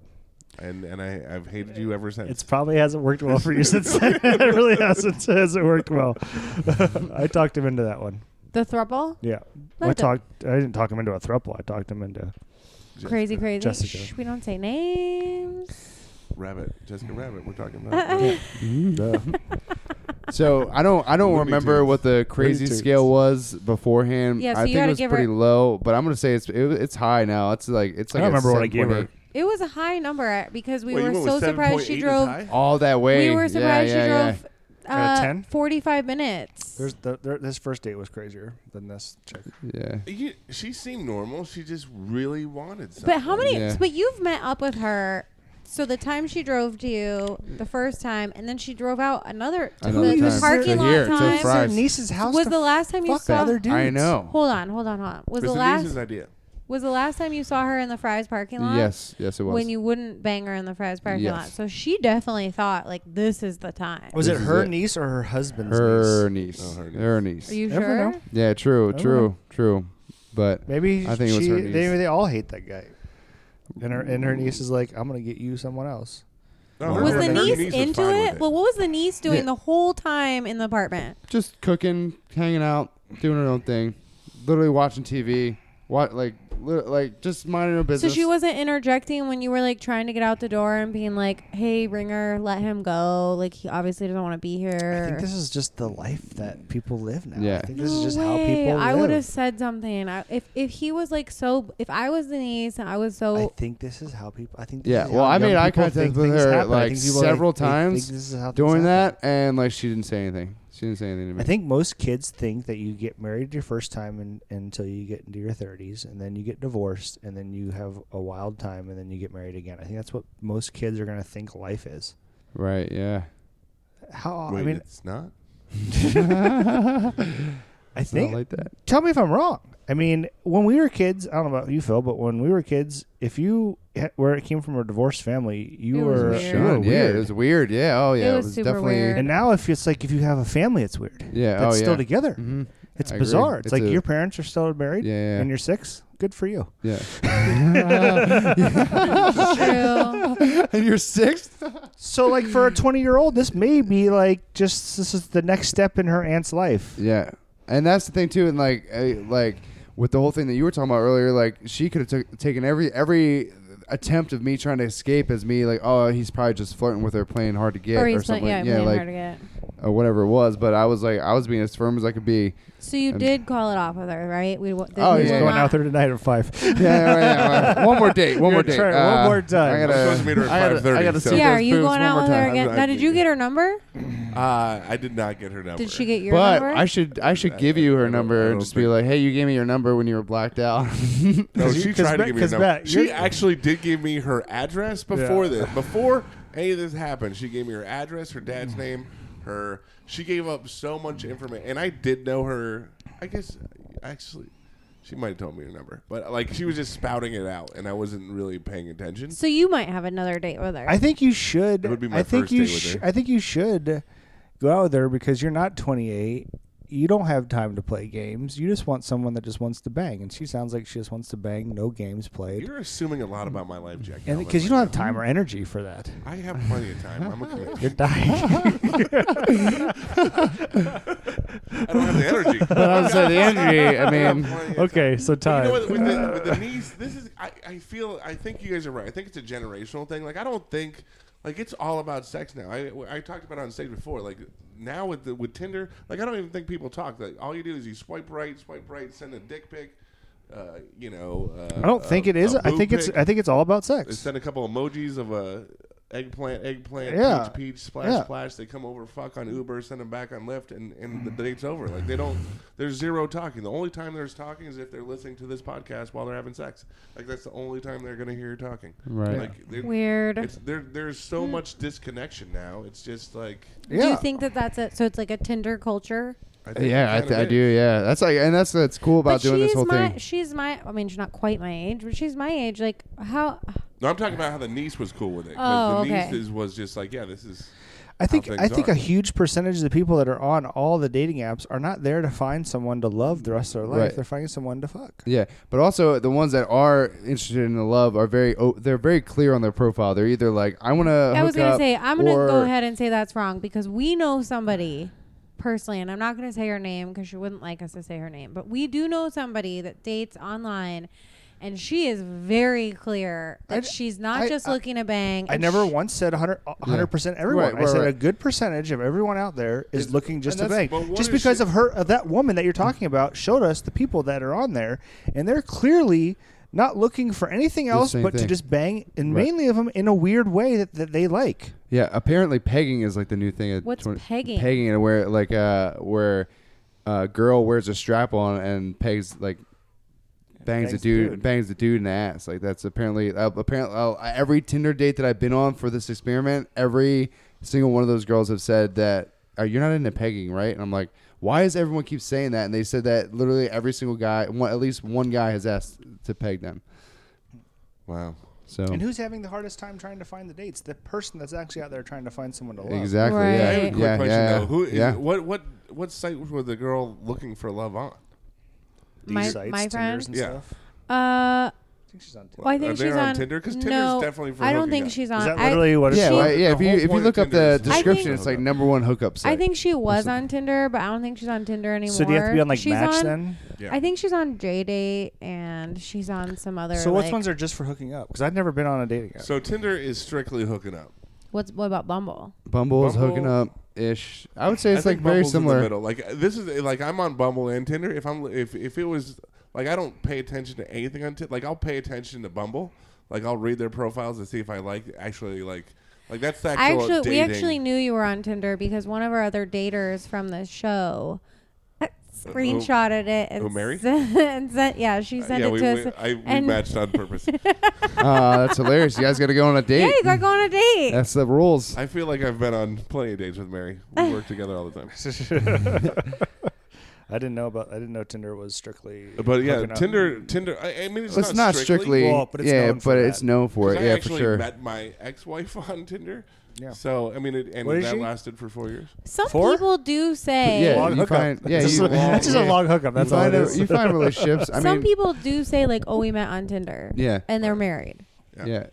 D: And and I I've hated you ever since.
A: It's probably hasn't worked well for you since. then. it really hasn't hasn't worked well. I talked him into that one.
B: The throuple?
A: Yeah, I
B: Like the-
A: talked. I didn't talk him into a throuple. I talked him into.
D: Jessica
B: Crazy, crazy.
A: Jessica.
B: Shh, we don't say names.
D: Rabbit, Jessica Rabbit. We're talking about.
C: So I don't I don't
D: Looney
C: remember
D: Tunes.
C: what the crazy
A: Looney Tunes.
C: scale was beforehand.
B: Yeah, so
C: I
B: you
C: think it
B: gotta
C: was
B: give
C: pretty
B: her-
C: low, but I'm gonna say it's it, it's high now. It's like it's
A: I
C: like
A: don't
C: a
A: remember what I gave
C: 7.8.
B: It was a high number uh, because we
D: Wait, you
B: were
D: went
B: so
D: with
B: surprised she
D: 7.8 is
B: drove.
D: high?
C: All that way.
B: We were surprised
C: yeah, yeah,
B: she drove
A: Out of
B: uh,
A: 10?
B: 45 minutes.
A: There's the, there, this first date was crazier than this chick.
C: Yeah. yeah.
D: You, she seemed normal. She just really wanted something.
B: but how many?
C: Yeah.
B: But you've met up with her. So the time she drove to you the first time, and then she drove out another, to
C: Another
B: the
C: time.
B: parking
C: To
B: lot
C: here, to
B: time.
C: Fri- Surprise.
A: niece's house
B: was
A: to
B: the last time you
A: fuck
B: saw
A: other dudes.
C: I know.
B: Hold on, hold on, hold on. Was
D: It
B: the
D: was
B: last
D: Denise's idea.
B: was the last time you saw her in the Fry's parking lot?
C: Yes, yes, it was.
B: when you wouldn't bang her in the fries parking
C: Yes.
B: lot. So she definitely thought like this is the time.
A: Was
C: This
A: it
C: is
A: her
C: it.
A: niece or her husband's
C: her
A: niece?
C: niece,
D: Oh, her
C: her
D: niece.
C: niece,
B: Are you
A: Never
B: sure?
A: know.
C: Yeah, true,
A: don't
C: true, true. But
A: Maybe
C: I think it was
A: she,
C: her niece.
A: They, they all hate that guy. And her and her niece is like, I'm gonna get you someone else.
D: No,
B: Was
D: her-
B: the
D: her
B: niece,
D: was
B: into
D: fine
B: it?
D: with
B: Well, what was the niece doing
C: Yeah.
B: the whole time in the apartment?
C: just cooking, hanging out, doing her own thing, literally watching TV, what like li- like just minding her
B: So
C: business.
B: she wasn't interjecting when you were like trying to get out the door and being like, "Hey, Ringer, let him go." Like he obviously doesn't want to be
A: I
B: here.
A: think this is just the life that people live now.
C: Yeah.
A: I think this is
B: No
A: just how
B: way.
A: people
B: I
A: live.
B: would have said something. I, if if he was like so, if I was the niece and I was
A: I
B: so,
A: think this is how people. I think. This
C: yeah,
A: is
C: well,
A: how
C: I made
A: young
C: eye
A: people
C: contact
A: think
C: with
A: things
C: her
A: happen. I
C: like
A: think people, like,
C: several
A: they think
C: times
A: this is how things
C: doing
A: happen.
C: that, and like she didn't say anything. She didn't say anything to me.
A: I think most kids think that you get married your first time and, until you get into your 30s, and then you get divorced, and then you have a wild time, and then you get married again. I think that's what most kids are going to think life is.
C: right? Yeah.
A: How?
D: Wait,
A: I mean,
D: it's not.
A: I
C: Not
A: think.
C: like that.
A: tell me if I'm wrong. I mean, when we were kids, I don't know about you, Phil, but when we were kids, if you ha- were came from a divorced family, you
B: It was
A: were
B: weird.
A: you were
C: Sean, yeah,
A: weird.
C: it was weird. Yeah, oh yeah,
B: It was super
C: definitely.
B: weird.
A: and now if it's like if you have a family, it's weird.
C: Yeah,
A: that's
C: oh, yeah.
A: still together.
C: Mhm.
A: It's
C: I agree.
A: bizarre. It's,
C: It's
A: like
C: a-
A: your parents are still married,
C: Yeah, yeah.
A: and you're six. Good for you.
C: Yeah.
B: True.
C: and you're sixth.
A: So, like for a 20 year old, this may be like just this is the next step in her aunt's life.
C: Yeah, and that's the thing too, and like, I, like with the whole thing that you were talking about earlier, like she could have took taken every every attempt of me trying to escape as me like, oh, he's probably just flirting with her, playing hard to get,
B: or
C: or,
B: he's playing,
C: something,
B: yeah,
C: yeah,
B: playing
C: like
B: hard to get.
C: or whatever it was. But I was like, I was being as firm as I could be.
B: So you
C: Um,
B: did call it off with her, right? We. wa-
C: Oh,
B: we
A: He's
C: yeah.
B: will
A: going
B: not-
A: out there tonight at five.
C: Yeah, all right, all right. one more date, one
A: You're
C: more
A: gonna
C: date,
A: try
C: Uh,
A: it one more time.
C: I
A: I'm
C: gotta,
D: supposed to meet her at
C: I gotta-
D: 5:30,
C: I gotta
D: so-
C: see
B: Yeah,
C: those
B: are you
C: boobs
B: going
C: one
B: out
C: more
B: with her
C: time.
B: again?
D: I-
B: Now, did you get her number?
D: Uh, I did not get her number.
B: Did she get your
C: But
B: number?
C: I should I should
D: I-
C: give
D: I-
C: you
D: I
C: her
D: don't-
C: number
D: I
C: and
D: don't
C: just be
D: think-
C: like, hey, you gave me your number when you were blacked out.
D: No,
A: Cause
D: she
A: you- cause
D: tried
A: Matt-
D: to give me her
A: cause
D: number.
A: Matt,
D: she
A: you're-
D: actually did give me her address before
A: Yeah.
D: this. Before any of this happened, she gave me her address, her
A: Mm.
D: dad's name, her. She gave up so much information, and I did know her. I guess actually, she might have told me her number, but like she was just spouting it out, and I wasn't really paying attention.
B: so you might have another date with her.
A: I think you should.
D: That would be my
A: I think
D: first
A: you.
D: date with her.
A: I think you should go out with her because you're not 28. You don't have time to play games. You just want someone that just wants to bang, and she sounds like she just wants to bang. No games played,
D: You're Mm-hmm. assuming a lot about my life, Jack.
A: and
D: Galvin,
A: because you
D: right
A: don't have time or energy for that.
D: now. I have plenty of time. I'm a committed.
A: You're dying.
D: I don't have the energy.
C: but I was at the energy. I mean,
A: okay, so
D: You
A: time.
D: know what? With the, with the niece, this is. I, I feel. I think you guys are right. I think it's a generational thing. Like I don't think. Like it's all about sex now. I, I talked about it on stage before. Like now with the, with Tinder, like I don't even think people talk. Like all you do is you swipe right, swipe right, send a dick pic. Uh, you know. Uh,
A: I don't think
D: a-
A: it is.
D: a
A: I
D: boob
A: think it's.
D: pic.
A: I think it's all about sex.
D: send a couple emojis of a eggplant, eggplant,
A: Yeah.
D: peach, peach, splash,
A: Yeah.
D: splash. They come over, fuck on Uber, send them back on Lyft, and and the date's over. Like they don't. There's zero talking. The only time there's talking is if they're listening to this podcast while they're having sex. Like that's the only time they're gonna hear talking.
C: Right.
D: Like they're-
B: Weird. Hmm.
D: It's, there, there's so much disconnection now. It's just like,
B: Do
A: Yeah.
B: you think that that's it? So it's like a Tinder culture.
D: I
C: yeah, I, th-
D: it kinda
C: I
D: is.
C: do. Yeah, that's like, and that's that's cool
B: but
C: about doing
B: she's
C: this whole
B: my,
C: thing.
B: She's my. I mean, she's not quite my age, but she's my age. Like how?
D: No, I'm talking about how the niece was cool with it. 'cause
B: Oh,
D: the niece
B: okay.
D: is, was just like, yeah, this is.
A: I think
D: how
A: I
D: things
A: think
D: are.
A: a huge percentage of the people that are on all the dating apps are not there to find someone to love the rest of their life.
C: Right.
A: They're finding someone to fuck.
C: Yeah, but also the ones that are interested in the love are very o they're very clear on their profile. They're either like I want to.
B: I was gonna say I'm gonna
C: or,
B: go ahead and say that's wrong because we know somebody personally, and I'm not gonna say her name because she wouldn't like us to say her name. But we do know somebody that dates online. And she is very clear that
A: I-
B: she's not
A: I-
B: just
A: I-
B: looking to bang.
A: I
B: and
A: never
B: she-
A: once said 100 percent everyone.
C: Right,
A: I
C: right,
A: said
C: right.
A: a good percentage of everyone out there is looking just to
C: and
A: bang.
C: that's-
D: but what
A: Just
D: is
A: because
D: she-
A: of her of that woman that you're talking about showed us the people that are on there and they're clearly not looking for anything else
C: same
A: but to
C: thing.
A: just bang and
C: Right.
A: mainly of them in a weird way that, that they like.
C: Yeah, apparently pegging is like the new thing. at
B: What's pegging?
C: Pegging and where like uh where a girl wears a strap on and pegs like bangs,
A: bangs
C: a dude,
A: dude.
C: bangs a dude in the ass. Like that's apparently uh, apparently uh, every Tinder date that I've been on for this experiment, every single one of those girls have said that uh, you're not into pegging, right? And I'm like, why does everyone keep saying that? And they said that literally every single guy, one, at least one guy has asked to peg them.
D: Wow.
C: So
A: And who's having the hardest time trying to find the dates? The person that's actually out there trying to find someone to love.
C: exactly?
B: Right.
C: Yeah,
D: I have a quick
C: yeah,
D: question
C: yeah,
D: though. Who?
C: yeah.
D: What? What? What site was the girl looking for love on?
B: My- my friend?
D: Yeah.
B: Uh,
A: I think she's on Tinder.
B: well, I
D: Are
B: think
D: they
B: she's
D: on
B: on
D: Tinder? 'Cause
B: no,
D: Tinder's definitely for
B: I don't
D: hooking
B: think
D: up.
B: she's on.
A: Is that
B: I-
A: literally what it's
C: yeah,
A: for?
C: right, yeah.
D: the
C: If you
D: whole
C: if you
D: point of
C: look up
D: Tinder
C: the
D: is- I
C: description,
B: think-
C: it's like number one hookup site.
B: I think she was on Tinder, but I don't think she's on Tinder anymore.
A: So do you have to be on like
B: she's
A: Match
B: on-
A: then?
D: Yeah.
B: I think she's on J Date and she's on some other.
A: So which
B: like-
A: ones are just for hooking up? Because I've never been on a dating app.
D: So Tinder is strictly hooking up.
B: What's what about Bumble?
C: Bumble is
D: Bumble-
C: hooking up ish. I would say
D: I
C: it's like
D: think
C: very
D: Bumble's in the
C: similar.
D: middle. Like uh, this is like I'm on Bumble and Tinder. If I'm if if it was like I don't pay attention to anything on Tinder. Like I'll pay attention to Bumble. Like I'll read their profiles and see if I like actually like like that's the
B: I
D: actual
B: actually we
D: dating.
B: actually knew you were on Tinder because one of our other daters from the show screenshotted it and
D: who, Mary?
B: sent- and sent, yeah, she
D: Uh,
B: sent
D: yeah,
B: it
D: we,
B: to
D: we,
B: us.
D: I, we
B: and-
D: matched on purpose.
C: Ah, that's hilarious. You guys got to go on a
B: Yeah,
C: date.
B: you gotta go on a date.
C: that's the rules.
D: I feel like I've been on plenty of dates with Mary. We work together all the time.
A: I I didn't know about. I didn't know Tinder was strictly.
D: But yeah,
A: hooking up.
D: Tinder, Tinder. I, I mean, it's,
C: It's, not strictly,
A: Well, but it's
C: yeah,
A: known for
C: but
A: that.
C: it's known for
D: 'Cause
C: it.
D: I
C: Yeah, for
D: actually
C: sure.
D: met my ex-wife on Tinder.
A: Yeah.
D: So I mean, it, and
A: What is
D: that
A: she?
D: lasted for four years.
B: Some
A: Four?
B: people do say.
C: Yeah,
A: Long
C: you
A: hookup.
C: find- yeah,
A: It's just
C: you-
A: a- it's just a
C: yeah.
A: long hookup. That's
C: you,
A: all it
C: find
A: is.
C: you find relationships. I
B: some
C: mean,
B: people do say like, "Oh, we met on Tinder."
C: Yeah.
B: and they're married.
C: yeah,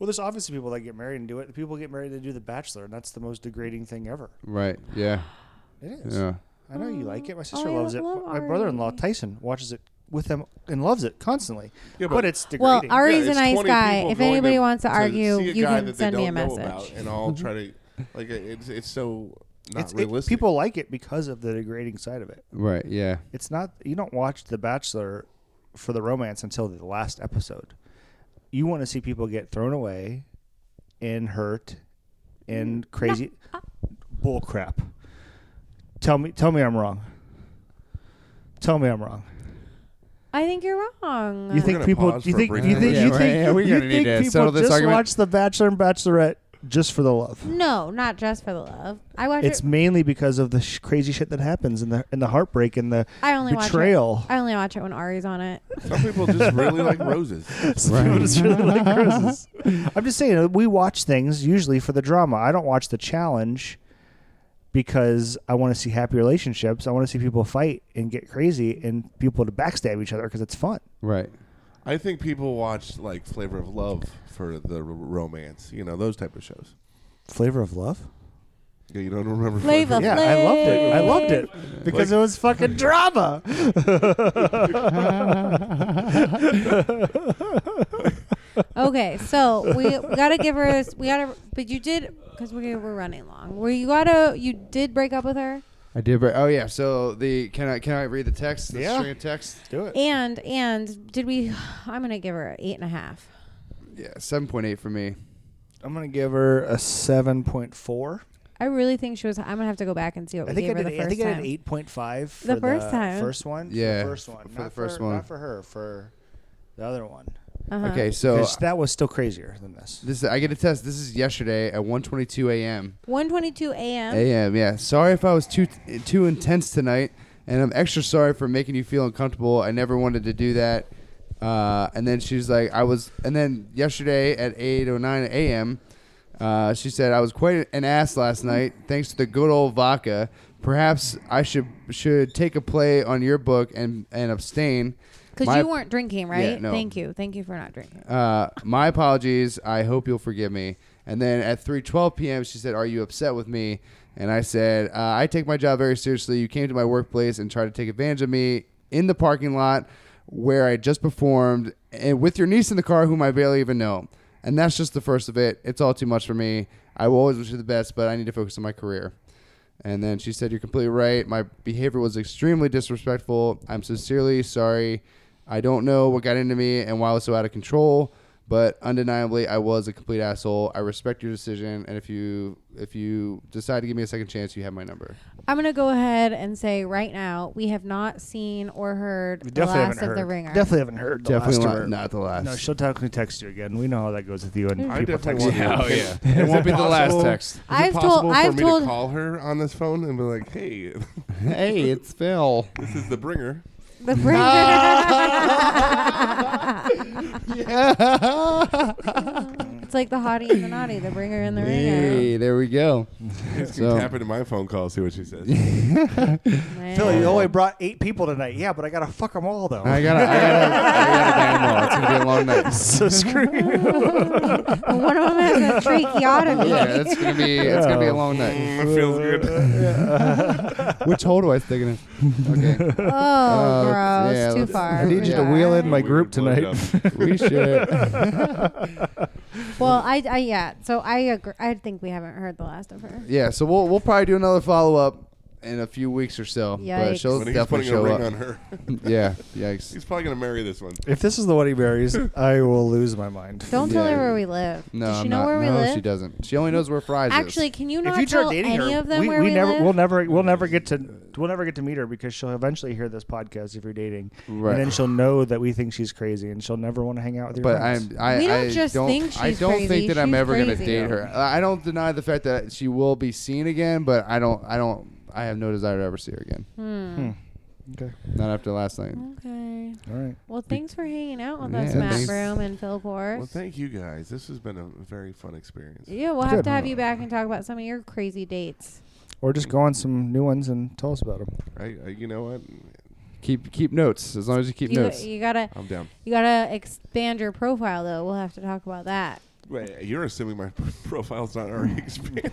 A: Well, there's obviously people that get married and do it. People get married to do The Bachelor, and that's the most degrading thing ever.
C: right, yeah,
A: It is.
C: yeah.
A: I know you like it. My sister
B: Oh, I
A: loves it.
B: love
A: my brother-in-law
B: Ari.
A: Tyson watches it with them and loves it constantly.
D: Yeah,
A: but,
D: but-
A: it's
B: Well,
A: degrading.
B: Ari's
D: Yeah,
B: a
D: it's
B: nice
D: 20
B: guy.
D: people
B: If
D: going
B: anybody wants to
D: to
B: argue,
D: see a
B: you
D: guy
B: can
D: that they
B: send me a
D: don't know
B: message.
D: about, and I'll try to like it- it's it's so not
A: It's- it-
D: realistic.
A: people like it because of the degrading side of it.
C: Right, yeah.
A: It's not you don't watch The Bachelor for the romance until the last episode. You want to see people get thrown away and hurt
B: Mm.
A: and crazy
B: uh,
A: bull crap. Tell me tell me I'm wrong. Tell me I'm wrong.
B: I think you're wrong.
A: You
D: We're
A: think
D: gonna
A: people?
D: pause
A: You
D: for a
A: think? You
D: brief
A: think?
D: moment.
C: Yeah,
A: you
C: right,
A: think?
C: yeah, we're
A: you
C: gonna need
A: think
C: to
A: people
C: settle this
A: just
C: argument.
A: watch The Bachelor and Bachelorette just for the love?
B: no, not just for the love. I watch
A: It's
B: it.
A: mainly because of the sh- crazy shit that happens and the and the heartbreak and the
B: I only
A: betrayal.
B: watch it. I only watch it when Ari's on it.
D: Some people just really like roses.
A: Some people just really like roses. I'm just saying uh, we watch things usually for the drama. I don't watch the challenge because I want to see happy relationships. I want to see people fight and get crazy and people to backstab each other because it's fun.
C: Right.
D: I think people watch like Flavor of Love for the r- romance. You know those type of shows.
A: Flavor of Love.
D: Yeah, you don't remember
B: Flavor
D: Flavor.
B: of
D: of
A: Yeah, I loved it. I loved
B: Flav.
A: it because it was fucking drama.
B: Okay, so we gotta give her. This, we gotta, but you did because we we're running long. Where you gotta, you did break up with her,
C: I did. Break, oh yeah. So the can I can I read the text? The
A: Yeah.
C: string of text.
A: Do it.
B: and and did we? I'm gonna give her an eight and a half.
C: Yeah, seven point eight for me.
A: I'm gonna give her a seven point four.
B: I really think she was. I'm gonna have to go back and see what
A: I
B: we
A: think I
B: gave her
A: did.
B: the first
A: I think I
B: time.
A: did eight point five.
B: The first time.
A: First one. For
C: Yeah,
A: The first one.
C: for
A: not
C: the first
A: for,
C: one.
A: Not for her. For the other one.
B: Uh-huh.
C: Okay, so
A: 'Cause that was still crazier than this.
C: this I get a test. This is yesterday at 1:22 a.m.
B: 1:22 a.m.
C: A.m. Yeah. Sorry if I was too too intense tonight, and I'm extra sorry for making you feel uncomfortable. I never wanted to do that. Uh, and then she's like, I was. And then yesterday at 8:09 a.m., uh, she said I was quite an ass last night, thanks to the good old vodka. Perhaps I should should take a play on your book and and abstain.
B: Because
C: My-
B: you weren't drinking, right?
C: Yeah, no.
B: Thank you. Thank you for not drinking.
C: uh, my apologies. I hope you'll forgive me. And then at 3:12 p.m., she said, "Are you upset with me?" And I said, uh, "I take my job very seriously. You came to my workplace and tried to take advantage of me in the parking lot where I just performed, and with your niece in the car, whom I barely even know. And that's just the first of it. It's all too much for me. I will always wish you the best, but I need to focus on my career." And then she said, You're completely right. My behavior was extremely disrespectful. I'm sincerely sorry. I don't know what got into me and why I was so out of control, but undeniably I was a complete asshole. I respect your decision and if you if you decide to give me a second chance, you have my number.
B: I'm gonna go ahead and say right now we have not seen or heard
A: We
B: the
A: definitely
B: last
A: haven't
B: of
A: heard.
B: the ringer.
A: Definitely haven't heard. The
C: Definitely
A: last
C: not,
A: of her.
C: not the last.
A: No, she'll definitely text you again. We know how that goes with you and
D: I
A: people
D: definitely
A: text
D: want
A: you.
D: to.
C: yeah. It won't be the last text.
B: I've
D: Is it
B: told-
D: possible for
B: I've
D: me
B: told-
D: to call her on this phone and be like, "Hey,
C: Hey, it's Phil.
D: this is the bringer."
B: The ringer.
C: yeah.
B: it's like the hottie and the naughty, the ringer and the ringer.
C: Hey, there we go.
D: He's
C: So-
D: gonna tap into my phone call, see what she says. Mm,
B: Man.
A: Phil, you only brought eight people tonight. Yeah, but I gotta fuck them all though.
C: I gotta, I gotta, I gotta ban them all. It's gonna be a long night.
A: so screw you.
B: One of them has a tracheotomy.
C: Yeah, that's gonna be, it's gonna be a long night.
D: Mm, it feels good.
C: Which hole do I stick it in? Okay.
B: Oh,
C: Uh,
B: gross.
C: yeah,
B: Too
C: let's-
B: far.
A: I need you to wheel in my
D: Weird
A: group
D: blowjob.
A: tonight.
C: we should.
B: Well, I, I yeah. So I agree. I think we haven't heard the last of her.
C: Yeah, so we'll, we'll probably do another follow up in a few weeks or so. But
B: Yikes.
C: she'll
D: When he's
C: definitely
D: putting a
C: show
D: ring
C: up.
D: on her,
C: yeah, yikes.
D: he's probably gonna marry this one.
A: If this is the one he marries, I will lose my mind.
B: Don't tell
C: Yeah.
B: her where we live.
C: No,
B: Does she
C: I'm
B: know
C: not.
B: where we
C: no,
B: live?
C: she doesn't. She only knows where fries is.
B: Actually, can you not
A: if you
B: tell
A: start dating
B: any
A: her,
B: of them
A: we,
B: where
A: we,
B: we,
A: never
B: live?
A: we'll never we'll never get to we'll never get to meet her because she'll eventually hear this podcast if you're dating,
C: Right.
A: and then she'll know that we think she's crazy, and she'll never want to hang out with your
C: But
A: friends.
C: I'm. I,
B: We don't
C: I
B: just
C: don't,
B: think
C: I
B: she's
C: don't
B: crazy,
C: think that I'm
B: she's
C: ever gonna
B: crazy.
C: date her. I I don't deny the fact that
B: Hmm.
C: she will be seen again, but I don't. I don't. I have no desire to ever see her again.
A: Hmm. Okay.
C: Not after last night.
A: Hmm.
B: Okay.
A: All right.
B: Well, thanks for hanging out with
C: Yeah,
B: us, Matt
C: thanks.
B: Broom and Phil Kors.
D: Well, thank you guys. This has been a very fun experience.
B: yeah, we'll have
A: Good.
B: to have you back and talk about some of your crazy dates.
A: Or just go on some new ones and tell us about them.
D: I, I, Uh, you know what?
C: Keep keep notes as long as you keep
B: you,
C: notes.
B: you gotta
D: I'm down.
B: you gotta expand your profile though. We'll have to talk about that.
D: Wait, you're assuming my profile's not already expanded.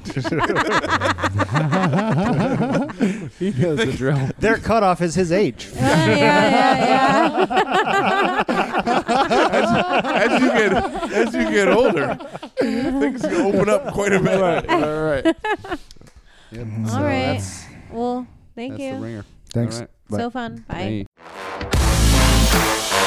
C: he knows the drill.
A: Their cutoff is his age.
B: yeah, yeah, yeah.
D: as, you get as you get older, things open up quite a bit.
C: All right. Yep.
B: All
C: so
B: right.
C: That's,
B: Well, thank
C: that's the
B: you.
C: ringer.
A: Thanks.
C: All right.
A: Bye.
B: So fun. Bye.
C: Hey.